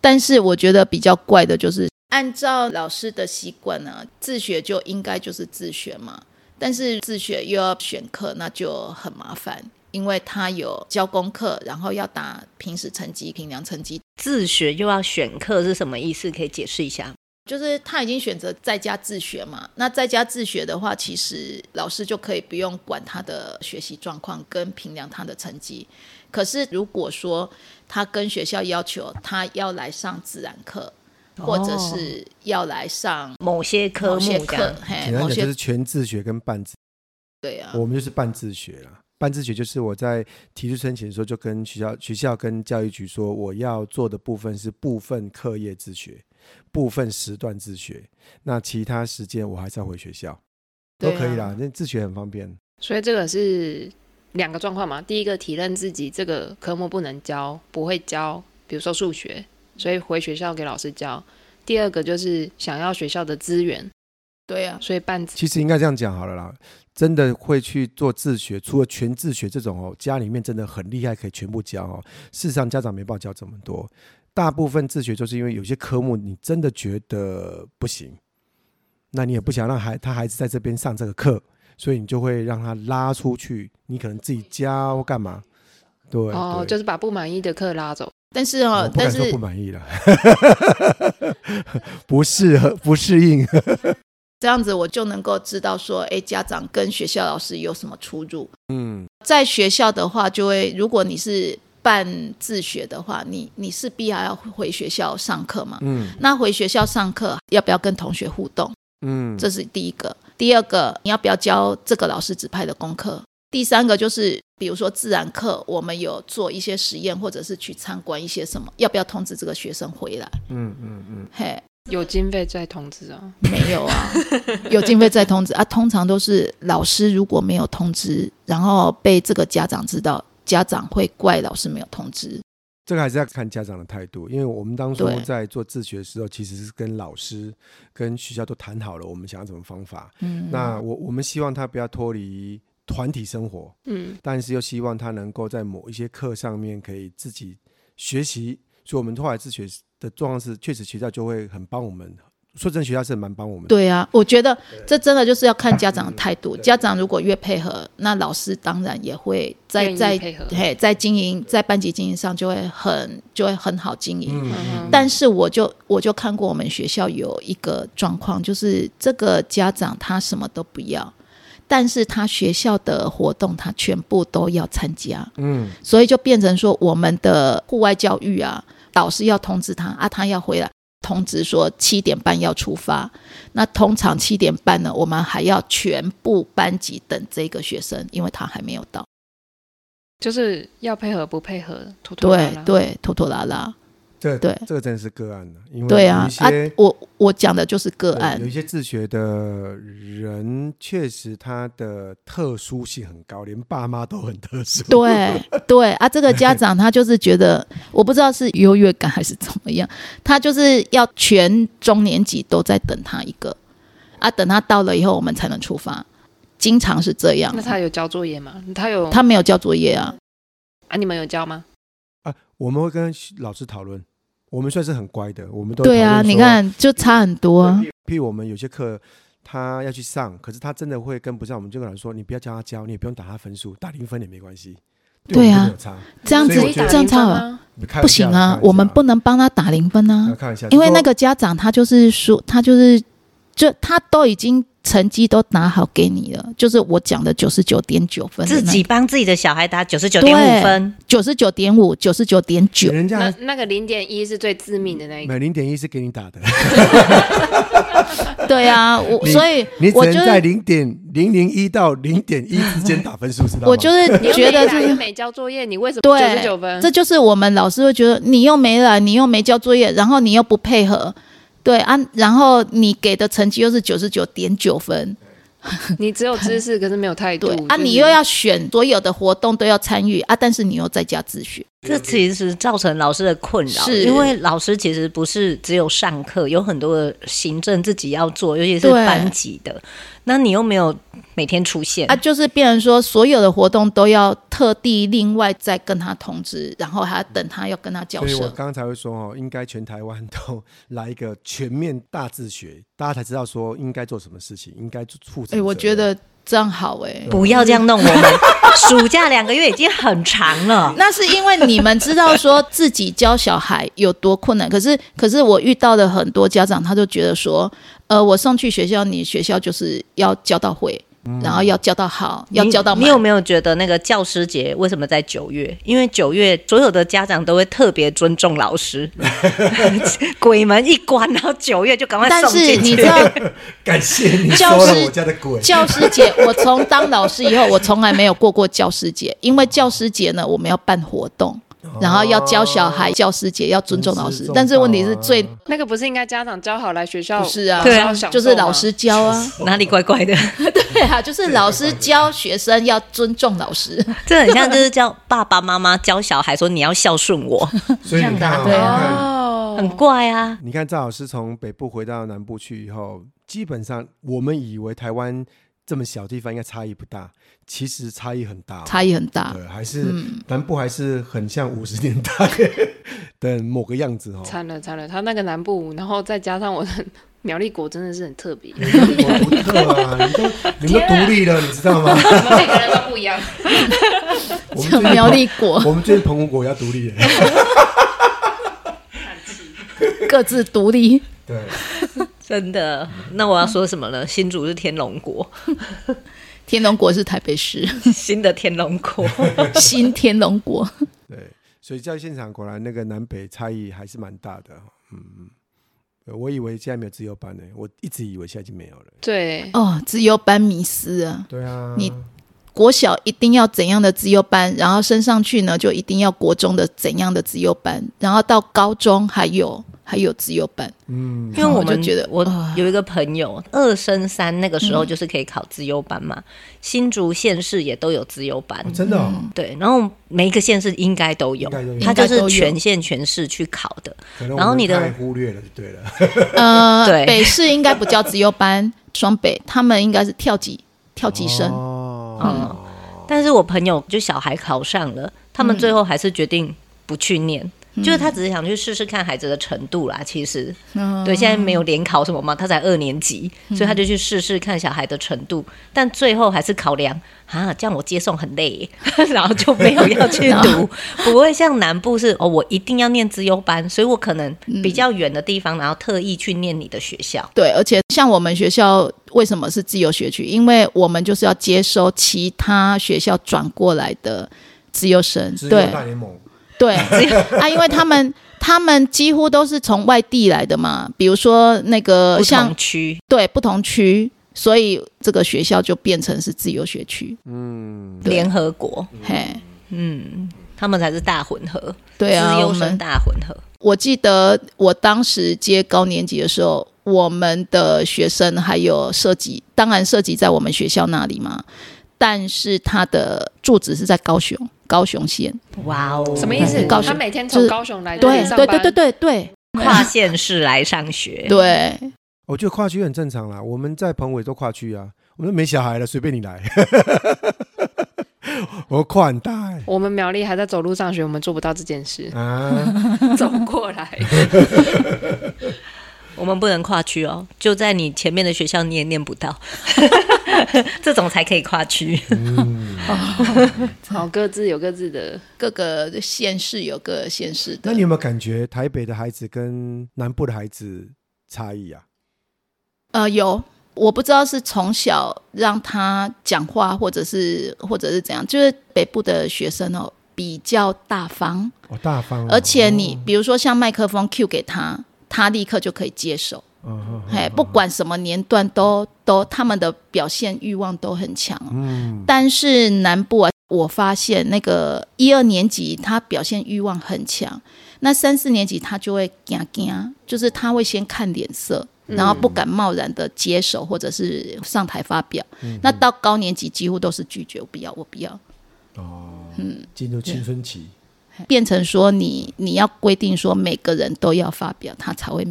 D: 但是我觉得比较怪的就是，按照老师的习惯呢、自学就应该就是自学嘛。但是自学又要选课，那就很麻烦，因为他有教功课，然后要打平时成绩、评量成绩，
A: 自学又要选课是什么意思？可以解释一下？
D: 就是他已经选择在家自学嘛。那在家自学的话，其实老师就可以不用管他的学习状况跟评量他的成绩。可是如果说他跟学校要求他要来上自然课，或者是要来上
A: 某些哦科
D: 某
A: 目
D: 些
A: 这
D: 课
A: 样，，
D: 嘿，
B: 简单讲
D: 某
B: 就
D: 些
B: 是全自学跟半自
D: 对啊，
B: 我们就是半自学啦。半自学就是我在提出申请的时候，就跟学校、学校跟教育局说，我要做的部分是部分课业自学，部分时段自学，那其他时间我还是要回学校，都
D: 对啊
B: 可以啦。那自学很方便，
C: 所以这个是两个状况嘛。第一个体认自己这个科目不能教，不会教，比如说数学，所以回学校给老师教。第二个就是想要学校的资源，
D: 对啊，
C: 所以办
B: 其实应该这样讲好了啦。真的会去做自学，除了全自学这种哦，家里面真的很厉害，可以全部教哦。事实上，家长没办法教这么多，大部分自学就是因为有些科目你真的觉得不行，那你也不想让孩他孩子在这边上这个课，所以你就会让他拉出去，你可能自己教干嘛？对，
C: 哦，
B: 对
C: 就是把不满意的课拉走。
D: 但是哦
B: 我，不
D: 但
B: 敢说
D: 是
B: 不满意了， 不适合不适应，
D: 这样子我就能够知道说，诶，家长跟学校老师有什么出入。
B: 嗯，
D: 在学校的话，就会如果你是办自学的话，你你势必还要回学校上课嘛。
B: 嗯
D: 那回学校上课要不要跟同学互动？
B: 嗯，
D: 这是第一个。第二个，你要不要教这个老师指派的功课？第三个就是，比如说自然课，我们有做一些实验，或者是去参观一些什么，要不要通知这个学生回来？
B: 嗯嗯嗯，
D: 嘿，
C: 有经费再通知啊，
D: 没有啊， 有经费再通知啊。通常都是老师如果没有通知，然后被这个家长知道，家长会怪老师没有通知。
B: 这个还是要看家长的态度，因为我们当初
D: 对
B: 在做自学的时候，其实是跟老师、跟学校都谈好了，我们想要怎么方法。
D: 嗯，
B: 那我我们希望他不要脱离团体生活，
C: 嗯，
B: 但是又希望他能够在某一些课上面可以自己学习，所以我们后来自学的状况是，确实学校就会很帮我们。说真的，学校是蛮帮我们的。
D: 对啊，我觉得这真的就是要看家长的态度。家长如果越配合，那老师当然也会在
C: 愿意
D: 在
C: 配合
D: 嘿在经营在班级经营上就会很就会很好经营。
B: 嗯，
C: 嗯
D: 但是我就我就看过我们学校有一个状况，就是这个家长他什么都不要，但是他学校的活动他全部都要参加，
B: 嗯，
D: 所以就变成说我们的户外教育啊，导师要通知他啊，他要回来。通知说七点半要出发，那通常七点半呢，我们还要全部班级等这个学生，因为他还没有到。
C: 就是要配合不配合，拖拖拉
D: 对
C: 拉。
D: 对，拖拖拉拉，
B: 这
D: 对
B: 这个真的是个案的，因为
D: 对啊
B: 有一些
D: 啊！我我讲的就是个
B: 对
D: 案
B: 有，一些自学的人，确实他的特殊性很高，连爸妈都很特殊。
D: 对对啊，这个家长他就是觉得，我不知道是优越感还是怎么样，他就是要全中年级都在等他一个啊，等他到了以后我们才能出发，经常是这样
C: 那。他有交作业吗？他有
D: 他没有交作业啊，
C: 啊？你们有交吗？
B: 啊， 我们会跟老师讨论，我们算是很乖的，我们都会
D: 对
B: 讨
D: 啊，
B: 论
D: 你
B: 说，
D: 看就差很多啊。
B: 譬如我们有些课他要去上，可是他真的会跟不上，我们就跟老师说，你不要教他教，你也不用打他分数，打零分也没关系，
D: 对
B: 我们
D: 啊
B: 没有差，
D: 这样
B: 所以
D: 子
B: 我觉得
D: 这样差了
C: 吗？
B: 开玩笑
D: 不行啊，我们不能帮他打零分啊。
B: 看一下，
D: 因为
B: 就说
D: 那个家长他就是说，他就是就他都已经成绩都拿好给你了，就是我讲的九十九点九分的那，
A: 自己帮自己的小孩打九十九点五分，
D: 九十九点五、九十九点九，
B: 人
C: 那
B: 家
C: 那个零点一是最致命的那一个，
B: 每零点一是给你打的，
D: 对啊，我
B: 你
D: 所以
B: 你只
D: 我
B: 能
D: 就
B: 在
D: 是
B: 零点零零一到零点一之间打分数，知道吗？
D: 我就是
C: 你又
D: 觉
C: 没
D: 得
C: 来
D: 就
C: 又
D: 是。
C: 没交作业，你为什么九十
D: 对
C: 九分？
D: 这就是我们老师会觉得你又没来，你又没交作业，然后你又不配合，对啊，然后你给的成绩又是九十九点九分，
C: 你只有知识，可是没有态度
D: 对
C: 就
D: 啊，
C: 是
D: 你又要选所有的活动都要参与啊，但是你又在家自学，
A: 这其实造成老师的困扰，
D: 是
A: 因为老师其实不是只有上课，有很多的行政自己要做，尤其是
D: 对
A: 班级的，那你又没有每天出现
D: 啊，，就是变成说所有的活动都要特地另外再跟他通知，然后还要等他要跟他交
B: 所以我
D: 涉。
B: 刚才会说哦，应该全台湾都 来一个全面大自学，大家才知道说应该做什么事情，应该负责。
D: 哎、我觉得这样好哎、
A: 不要这样弄我们。 暑假两个月已经很长了，
D: 那是因为你们知道说自己教小孩有多困难，可 是可是我遇到的很多家长，他就觉得说，呃，我送去学校，你学校就是要教到会，然后要教到好，要
A: 嗯你
D: 教到
A: 你
D: 满
A: 有没有觉得那个教师节为什么在九月？因为九月所有的家长都会特别尊重老 师，鬼门一关，然后九月就赶快
D: 但
A: 送
D: 是
A: 进
D: 你
A: 去。
D: 知道，
B: 感谢你
D: 教
B: 收了
D: 师
B: 我家的鬼。
D: 教师节，我从当老师以后，我从来没有过过教师 节，因为教师节呢，我们要办活动，
A: 哦
B: 哦
D: 然后要教小孩教师节要尊重啊老
B: 尊
D: 师
B: 师重，
D: 但是问题是最
B: 道
C: 那个不是应该家长教好来学校？
D: 不是啊，
A: 对
C: 啊
D: 就是老师教 啊，
A: 哪里怪怪的？
D: 对啊，就是老师教学生要尊重老师，
A: 这很像就是叫爸爸妈妈教小孩说你要孝顺我，
B: 所以你看
A: 对
B: 啊，你看
C: 哦，
A: 很怪啊。
B: 你看赵老师从北部回到南部去以后，基本上我们以为台湾这么小地方应该差异不大，其实差异很大哦，
D: 差异很大。嗯
B: 对，还是南部还是很像五十年代 的某个样子哦。
C: 惨了惨了，他那个南部，然后再加上我的 苗栗国真的是很特别，
B: 我独特 啊，你都你们都独立了，你知道吗？
C: 我们每个人都不一样。
B: 我们
D: 这
B: 最近
D: 苗栗国
B: 我们最近澎湖国要独立 了。
D: 各自独立，
B: 对，
A: 真的，那我要说什么呢？新竹是天龙国，
D: 天龙国是台 北市，
A: 新的天龙国。
D: 新天龙国。
B: 对，所以在现场果然那个南北差异还是蛮大的。嗯，呃我以为现在没有自由班呢，我一直以为现在已经没有了。
C: 对，
D: 哦，自由班迷失啊！
B: 对啊，
D: 你国小一定要怎样的自由班，然后升上去呢，就一定要国中的怎样的自由班，然后到高中还有还有自由班，
B: 嗯，
A: 因为我
D: 我就
A: 们
D: 觉得
A: 我
D: 啊
A: 有一个朋友，二升三那个时
D: 嗯
A: 候就是可以考资优班嘛，新竹县市也都有资优班，
B: 真的哦，
D: 嗯
A: 对，然后每一个县市应该都有
B: 应该都有，
A: 它就
D: 应该都
A: 是
D: 有
A: 全县全市去考的，
B: 可能
A: 然后
B: 我们
A: 你的
B: 太忽略了，就对了。
D: 呃，
A: 对
D: 北市应该不叫自由班，双北他们应该是跳级跳级生，
B: 哦，
D: 嗯嗯
A: 但是我朋友就小孩考上了，他们最后还是决定不去念，就是他只是想去试试看孩子的程度啦。其实，
D: 嗯
A: 对，现在没有联考什么嘛，他才二年级，所以他就去试试看小孩的程度。但最后还是考量啊，这样我接送很累 耶，然后就没有要去 读。不会像南部是哦，我一定要念资优班，所以我可能
D: 嗯
A: 比较远的地方，然后特意去念你的学校。
D: 对，而且像我们学校为什么是自由学区？因为我们就是要接收其他学校转过来的自由生，
B: 只有
D: 对
B: 大联盟，
D: 对啊，因为他们他们几乎都是从外地来的嘛，比如说那个
A: 不
D: 呃像
A: 同区，
D: 对不同区，所以这个学校就变成是自由学区，
B: 嗯，
D: 对
A: 联合国，
D: 嘿，
A: 嗯，他们才是大混合，
D: 对啊，
A: 资
D: 我
A: 优生
D: 们
A: 大混合。
D: 我记得我当时接高年级的时候，我们的学生还有涉及，当然涉及在我们学校那里嘛，但是他的住址是在高雄，高雄县。
A: 哇哦，
C: 什么意思？
D: 嗯高雄
C: 他每天
D: 就
C: 从
D: 是
C: 高雄来这
D: 对
C: 里上
D: 对
C: 班，
D: 对对对对
A: 跨县市来上学？
D: 对，
B: 我觉得哦跨区很正常啦，我们在彭伟都跨区啊，我们都没小孩了，随便你来， 我跨很大哎、，
C: 我们苗栗还在走路上学，我们做不到这件事
B: 啊，
C: 走过来。
A: 我们不能跨区哦，就在你前面的学校你也念不 到，这种才可以跨区。
B: 嗯
C: 好，各自有各自的，
D: 各个县市有各个县市
B: 那
D: 的
B: 你。有没有感觉台北的孩子跟南部的孩子差异啊？
D: 呃，有，我不知道是从小让他讲话，或者是或者是怎样，就是北部的学生哦比较大方，
B: 哦，大方哦、
D: 而且你
B: 哦，
D: 比如说像麦克风 Q 给他，他立刻就可以接手。
B: 嗯嗯嗯
D: 嘿，不管什么年段都都他们的表现欲望都很强哦、
B: 嗯，
D: 但是南部啊，我发现那个一二年级他表现欲望很强，那三四年级他就会惊惊，就是他会先看脸色。
B: 嗯
D: 然后不敢贸然的接手或者是上台发表，
B: 嗯
D: 那到高年级几乎都是拒绝，我不要，我不要，
B: 进入青春期，
D: 变成说你你要规定说每个人都要发表，他才会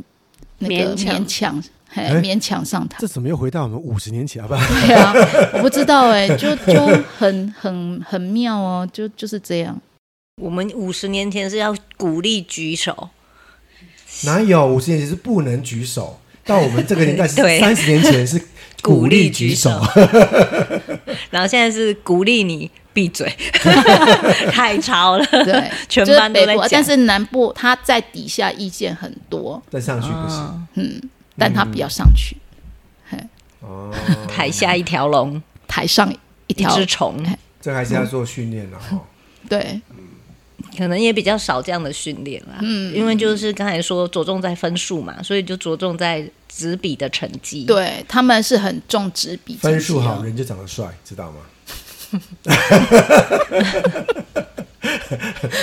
D: 那
C: 勉
D: 个
C: 强
D: 勉强，嘿
B: 哎
D: 勉强上台
B: 这。怎么又回到我们五十年前好不好？
D: 对啊，我不知 道哎、就就很很很妙哦，就就是这样。
A: 我们五十年前是要鼓励举手，
B: 哪有五十年前是不能举手，到我们这个年代
A: 对
B: 三十年前是
A: 鼓
B: 鼓励
A: 励
B: 举
A: 举
B: 手
A: 手，然后现在是鼓励你闭 嘴，太吵了。
D: 对，
A: 全
D: 就是
A: 班都
D: 北
A: 在
D: 部
A: 讲，
D: 但是南部他在底下意见很多，
B: 但上去不行
D: 嗯，但他不要上去，
A: 嗯
B: 哦。
A: 台下一条龙，
D: 台上一
A: 一
D: 条
A: 只虫，
B: 这还是要做训练了哦哈。
D: 对
A: 可能也比较少这样的训练啦。嗯，因为就是刚才说着重在分数嘛，所以就着重在纸笔的成绩。，
D: 对，他们是很重纸笔
B: 分数
D: 成绩
B: 好，
D: 哦，
B: 人就长得帅，知道 吗？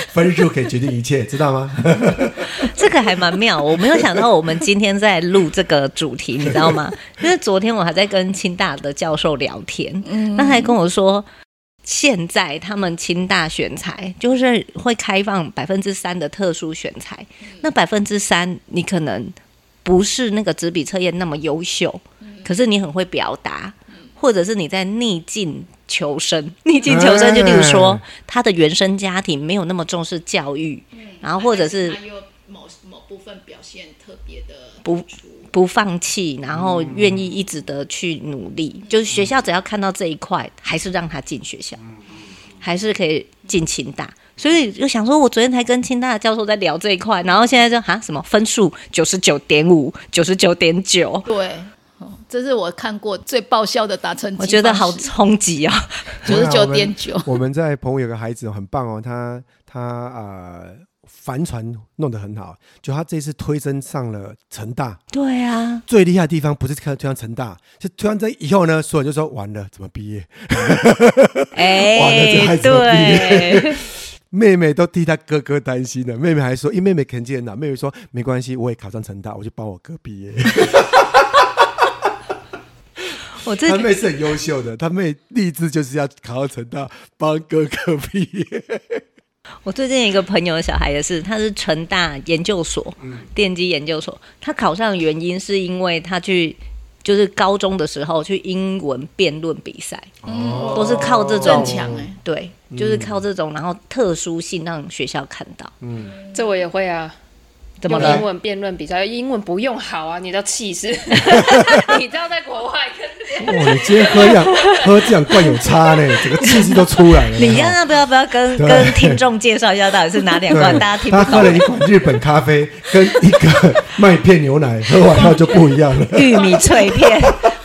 B: 分数可以决定一切，知道吗？
A: 这个还蛮妙，我没有想到我们今天在录这个主题，你知道吗？因为昨天我还在跟清大的教授聊天，那他还跟我说。现在他们清大选材就是会开放百分之三的特殊选材，那百分之三你可能不是那个纸笔测验那么优秀，可是你很会表达，或者是你在逆境求生。 逆境求生就例如说
B: 哎
A: 他的原生家庭没有那么重视教育，然后或者是
D: 他又某某部分表现特别的
A: 不不放弃，然后愿意一直的去努力。
B: 嗯
A: 就是学校只要看到这一块，还是让他进学校，
B: 嗯
A: 还是可以进清大。所以就想说，我昨天才跟清大的教授在聊这一块，然后现在就哈什么分数九十九点五、九十九点九，
D: 对。哦这是我看过最爆笑的达成，
A: 我觉得好冲击哦。
D: 九十九点九，
B: 啊我们在朋友有个孩子很棒哦，他他啊、呃帆船弄得很好，就他这次推甄上了成大，
A: 对啊，
B: 最厉害的地方不是推上成大，是推上这以后呢，所有人就说完了，怎么毕业？哇那这
A: 哎、
B: 孩子好
A: 对，
B: 妹妹都替他哥哥担心了，妹妹还说，因为妹妹成绩很好，妹妹说没关系，我也考上成大，我就帮我哥毕业。
A: 我这
B: 他妹是很优秀的，他妹立志就是要考上成大，帮哥哥毕业。
A: 我最近有一个朋友的小孩也是，他是成
B: 嗯
A: 大研究所，电机研究所。他考上的原因是因为他去就是高中的时候去英文辩论比赛，
B: 哦嗯
A: 都是靠这种
D: 嗯正强哎，
A: 对，就是靠这种，然后特殊性让学校看到。
B: 嗯，
C: 这我也会啊。
A: 怎么
C: 用
A: 了
C: 英？文辩论比赛，英文不用好啊，你的气 势，你知道在国外跟
B: 哇，你今天喝这样 喝这样灌有差呢，整个气息都出来了。
A: 你
B: 哦
A: 要要不要不要跟
B: 对
A: 跟听众介绍一下到底是哪两罐？
B: 哦对
A: 大家听
B: 他
A: 不
B: 喝了
A: 懂。
B: 一款日本咖啡跟一 个麦片牛奶，喝完后就不一样了，
A: 玉米脆 片，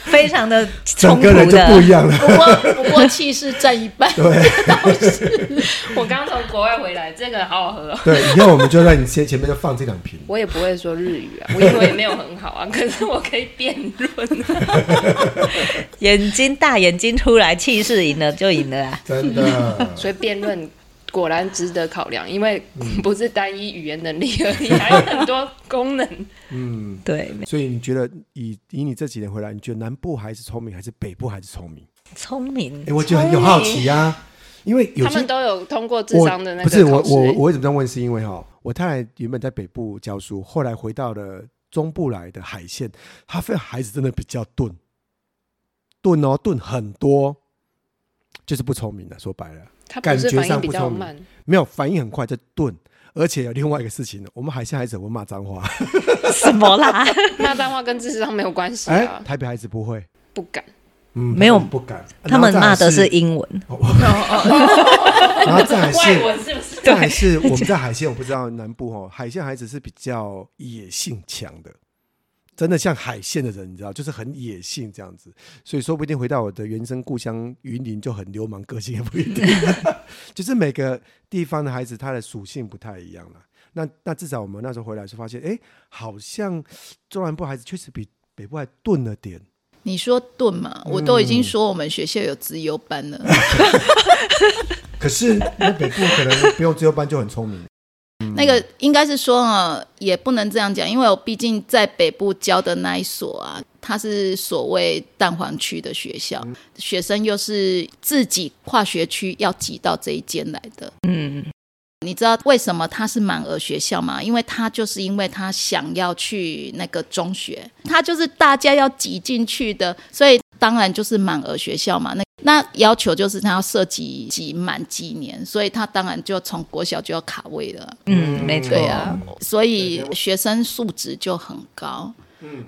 A: 非常的 冲
B: 整
A: 突
B: 个人就不一
A: 的。
B: 样了。
D: 不过不过气势占一 半，
C: 我刚从国外回来，这个好好喝、哦。
B: 对，以后我们就在你先前面就放这两瓶。
C: 我也不会说日语啊，我英文也没有很好啊，可是我可以辩论、啊
A: 眼睛大眼睛出来，气势赢了就赢了啊！
B: 真的，
C: 所以辩论果然值得考量，因为
B: 嗯
C: 不是单一语言能力而已，还有很多功能。
B: 嗯，
A: 对，没
B: 所以你觉得以以你这几年回来，你觉得南部孩子聪明还是北部孩子聪明？
A: 聪明
B: 哎，，我觉得很有好奇啊，因为有
C: 他
B: 些
C: 们都有通过智
B: 我
C: 商的那
B: 不
C: 个
B: 是我
C: 考试
B: 我
C: 欸
B: 我为什么这样问？是因为哈，我太太原本在北部教书，后来回到了中部来的海线，他非孩子真的比较钝，钝哦，钝很多，就是不聪明的。说白了，
C: 他不
B: 感
C: 是
B: 觉
C: 反应
B: 上
C: 比
B: 不
C: 较
B: 聪
C: 慢
B: 明，，没有反应很快，就钝。而且有另外一个事情，我们海线孩子会骂脏话，
A: 什么啦？
C: 骂脏话跟智商没有关系
B: 哎、
C: 啊，
B: 台北孩子不会，
C: 不敢。
B: 嗯，
A: 没有
B: 他们不敢，
A: 他们骂的是
B: 然后
A: 英文，
B: 再来是，然后再来
C: 外
B: 是。
C: 文是 不是？
B: 再来是我们在海线，我不知道南部哦，海线孩子是比较野性强的，真的像海线的人，你知道，就是很野性这样子，所以说不定回到我的原生故乡云林就很流氓，个性也不一 定，就是每个地方的孩子他的属性不太一样啦。那那至少我们那时候回来是发现，哎，好像中南部孩子确实比北部还钝了点，
D: 你说钝嘛？我都已经说我们学校有资优班了，
B: 可是那北部可能不用自由班就很聪明，
D: 那个应该是说啊，也不能这样讲，因为我毕竟在北部教的那一所啊，它是所谓蛋黄区的学校，学生又是自己跨学区要挤到这一间来的。
A: 嗯，
D: 你知道为什么他是满额学校吗？因为他就是因为他想要去那个中学，他就是大家要挤进去的，所以当然就是满额学校嘛。那那要求就是他要涉及几满几年，所以他当然就从国小就要卡位了。
A: 嗯，没错，
D: 对啊，所以学生素质就很高。嗯，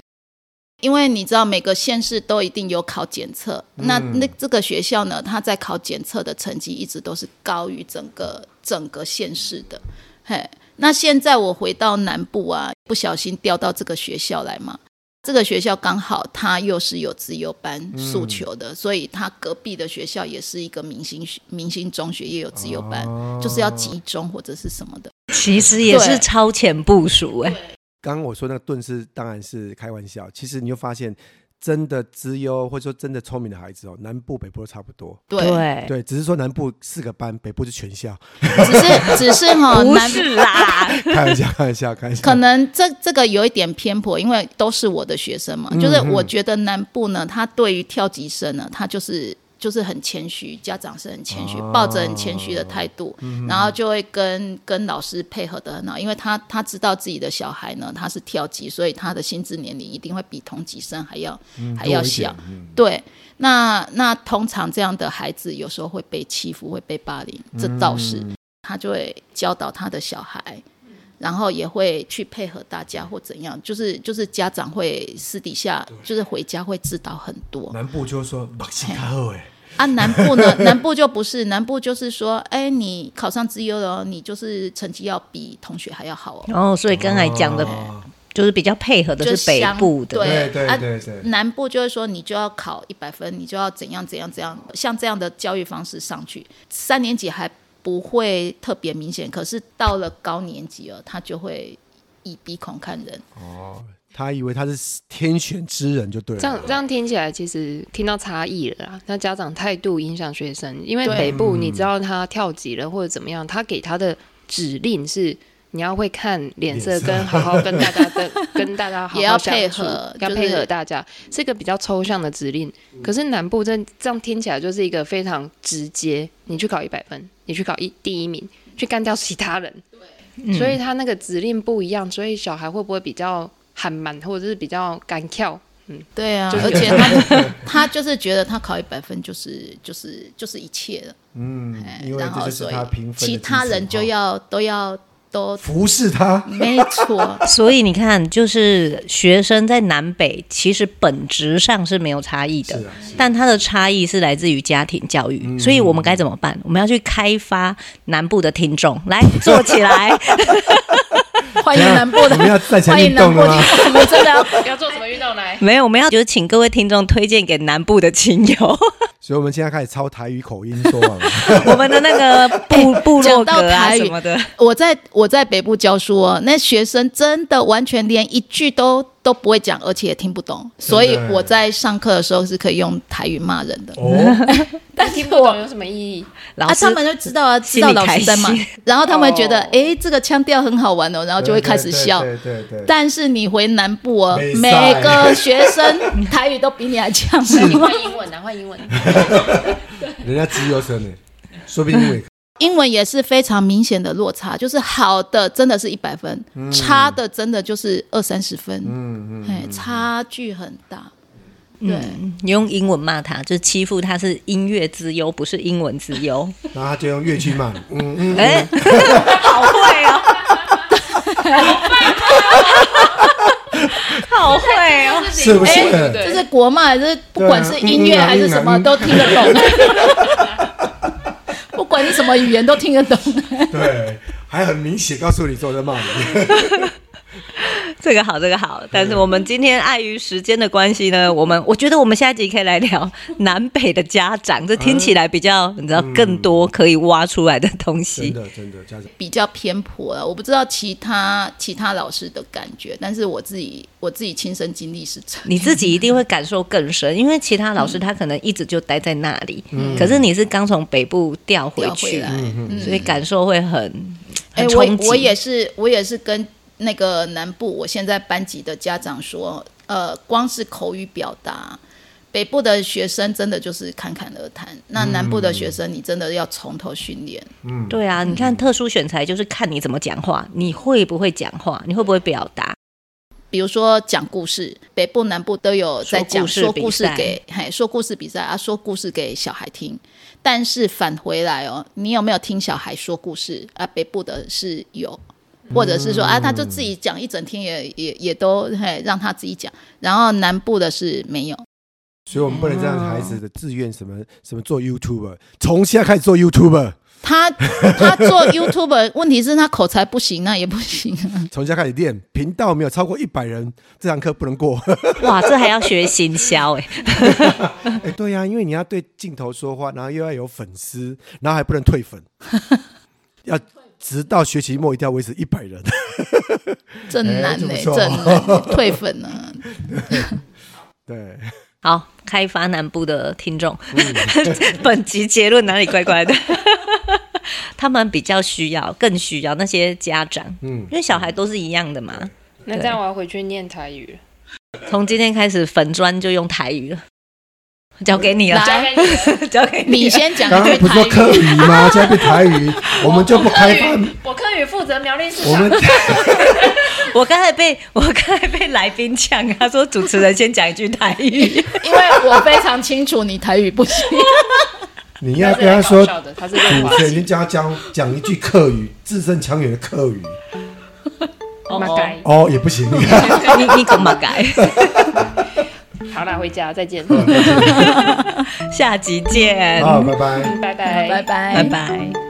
D: 因为你知道每个县市都一定有考检测，那那这个学校呢，它在考检测的成绩一直都是高于整个整个县市的。嘿，那现在我回到南部啊，不小心调到这个学校来嘛。这个学校刚好它又是有自由班诉求的，所以它隔壁的学校也是一个明星学明星中学，也有自由班，
B: 哦
D: 就是要集中或者是什么的。
A: 其实也是超前部署哎、
B: 刚刚我说那个钝是当然是开玩笑，其实你就发现，真的资优或者说真的聪明的孩子哦，南部北部都差不多。
D: 对，
B: 对，只是说南部四个班，北部是全校。
D: 只是只是 哈、
A: 不
D: 南
A: 是啦，
B: 开玩笑，开玩笑，开玩笑。
D: 可能这这个有一点偏颇，因为都是我的学生嘛，就是我觉得南部呢，他对于跳级生呢，他就是。就是很谦虚，家长是很谦虚，
B: 哦
D: 抱着很谦虚的态度，然后就会跟跟老师配合的很好，因为他他知道自己的小孩呢，他是跳级，所以他的心智年龄一定会比同级生还要、
B: 嗯
D: 还要小。对，那那通常这样的孩子有时候会被欺负，会被霸凌，这倒是，他就会教导他的小孩，然后也会去配合大家或怎样，就是就是家长会私底下就是回家会指导很多
B: 南部就说马西卡后哎，
D: 啊。南部呢，南部就不是，南部就是说，哎，你考上资优了哦，你就是成绩要比同学还要好哦。
A: 然后所以刚才讲的
B: 哦
A: 就是比较配合的
D: 就是
A: 北
D: 相
A: 部的，，
D: 对
B: 对对
D: 啊
B: 对对
D: 南部就是说你就要考一百分，你就要怎样怎样怎样，像这样的教育方式上去，三年级还不会特别明显，可是到了高年级了，他就会以鼻孔看人。
B: 哦，他以为他是天选之人就对了。
C: 这样这样听起来，其实听到差异了啦。那家长态度影响学生，因为
D: 对
C: 北部你知道他跳级了或者怎么样，他给他的指令是你要会看脸色，
B: 脸色
C: 跟好好跟大家 跟跟大家好好
D: 也要
C: 相
D: 配
C: 处
D: 合
C: 要
D: 就是
C: 配合大家，是一个比较抽象的指令。可是南部这这样听起来就是一个非常直接，你去考一百分，你去考一第一名，去干掉其他人。所以他那个指令不一样，所以小孩会不会比较含满，或者是比较干跳？嗯，
D: 对啊，
C: 就是
D: 而且他他就是觉得他考一百分就是就是就是一切了，
B: 嗯，
D: 哎
B: 因为
D: 然
B: 这
D: 后
B: 就是
D: 所以
B: 他评分的
D: 其
B: 基
D: 他
B: 础
D: 人就
B: 哈
D: 要都要都
B: 服侍他。
D: 没 错
A: 所以你看，就是学生在南北其实本质上是没有差异的，
B: 是啊嗯是
A: 但它的差异是来自于家庭教育。所以我们该怎么办？我们要去开发南部的听众，来做起来。
D: 欢迎南部
B: 我们要
D: 的，
B: 再前
D: 欢迎
B: 运
D: 南
B: 动
D: 部
B: 了
D: 的
B: 吗？，
D: 我们真的要
C: 要做什么运动来？
A: 没有，我们要就是请各位听众推荐给南部的亲友，
B: 所以我们现在开始抄台语口音说嘛。
A: 我们的那 个部部落
D: 哎讲到
A: 格啊
D: 台语
A: 什么的。
D: 我在我在北部教书哦，那学生真的完全连一句都都不会讲，而且也听不懂，所以我在上课的时候是可以用台语骂人的。
B: 哦，
C: 但听不懂有什么意义？
A: 老
D: 啊，
A: 师，
D: 他们就知道啊，知道老师在骂
A: 心里开，
D: 然后他们觉得
C: 哦
D: 哎、诶这个腔调很好玩哦，然后就会开始笑。
B: 对对对对对
D: 但是你回南部哦
B: 没，
D: 每
B: 赛
D: 个学生台语都比你还强。
C: 换英文啊，换英文。
B: 人家自由生呢，说不定因为
D: 英文也是非常明显的落差，就是好的真的是一百分，差的真的就是二三十分，
B: 嗯嗯，
D: 哎、差距很大。
A: 嗯
D: 对，
A: 你用英文骂他，就是欺负他是音乐之优，不是英文之优。
B: 然后他就用乐器骂你，嗯嗯，
A: 哎、 好会哦，好会哦。
B: 是不是？
D: 这是国骂，还是不管
B: 啊
D: 是音乐还是什么
B: 嗯嗯嗯嗯嗯
D: 都听得懂，不管是什么语言都听得懂。
B: 对，还很明显告诉你说我在 骂你。
A: 这个好，这个好。但是我们今天碍于时间的关系呢，我们我觉得我们下一集可以来聊南北的家长，这听起来比较你知道更多可以挖出来的东
B: 真
A: 西。
B: 的真的，家长
D: 比较偏颇了，我不知道其他其他老师的感觉，但是我自己我自己亲身经历是这样。
A: 你自己一定会感受更深，因为其他老师他可能一直就待在那里，嗯
B: 嗯
A: 可是你是刚从北部调回
D: 嗯调回
A: 去，嗯
D: 来
A: 所以感受会很很
D: 哎、
A: 冲击。
D: 我我也是我也是跟那个南部我现在班级的家长说，呃，光是口语表达。北部的学生真的就是侃侃而谈，那南部的学生你真的要从头训练。
B: 嗯
A: 对
D: 嗯
A: 啊，你看特殊选材就是看你怎么讲话，你会不会讲话，你会不会表 达。
D: 比如说讲故事，北部南部都有在讲
A: 说
D: 说
A: 故
D: 故
A: 事比
D: 事
A: 赛
D: 给嘿说故事比赛啊，说故事给小孩听。但是返回来哦，你有没有听小孩说故事啊？北部的是有，或者是说啊，他就自己讲一整天也，也也都嘿让他自己讲。然后南部的是没有，
B: 所以我们不能让孩子的志愿什么什么做 YouTuber，从现在开始做 YouTuber，
D: 他他做 YouTube，问题是他口才不行，那也不行啊。
B: 从现在开始练，频道没有超过一百人，这堂课不能过。
A: 哇，这还要学行销哎、
B: 哎，对呀、因为你要对镜头说话，然后又要有粉丝，然后还不能退 粉，要直到学期末一定要维持一百人。
D: 真难呢、
B: 哎这不错
D: 真难、欸，退粉 了、啊。
B: 对，
A: 好，开发南部的听众，
D: 嗯
A: 本集结论哪里怪怪的？ 他们比较需要，更需要那些家长，
B: 嗯
A: 因，为小孩都是一样的嘛。
C: 那这样我要回去念台语了。
A: 从今天开始，粉砖就用台语了，交给你了，
D: 来
C: 交给你 了
A: 交给你
D: 你
A: 了。
D: 先讲
B: 刚
D: 一
B: 刚
D: 句
B: 不是
D: 台
B: 说
D: 语
B: 科。语 吗？现在变台语，我们就不开
D: 哎
B: 放。
C: 我科语负责苗栗市
B: 我
C: 场
B: 们。
A: 我刚才被我刚才被来宾呛，他说主持人先讲一句台语。
D: 因为我非常清楚你台语不行，
B: 你要跟他说，
C: 的，他是
B: 主持人先教他讲讲一句客语，字正腔圆的客语。
A: 哦
C: 马改。
B: 哦，也不行。
A: 你你干嘛改？
C: 好啦，回家再见，
B: 嗯
A: 下集见，
B: 好，拜拜。
C: 拜拜，
D: 拜拜，
A: 拜拜。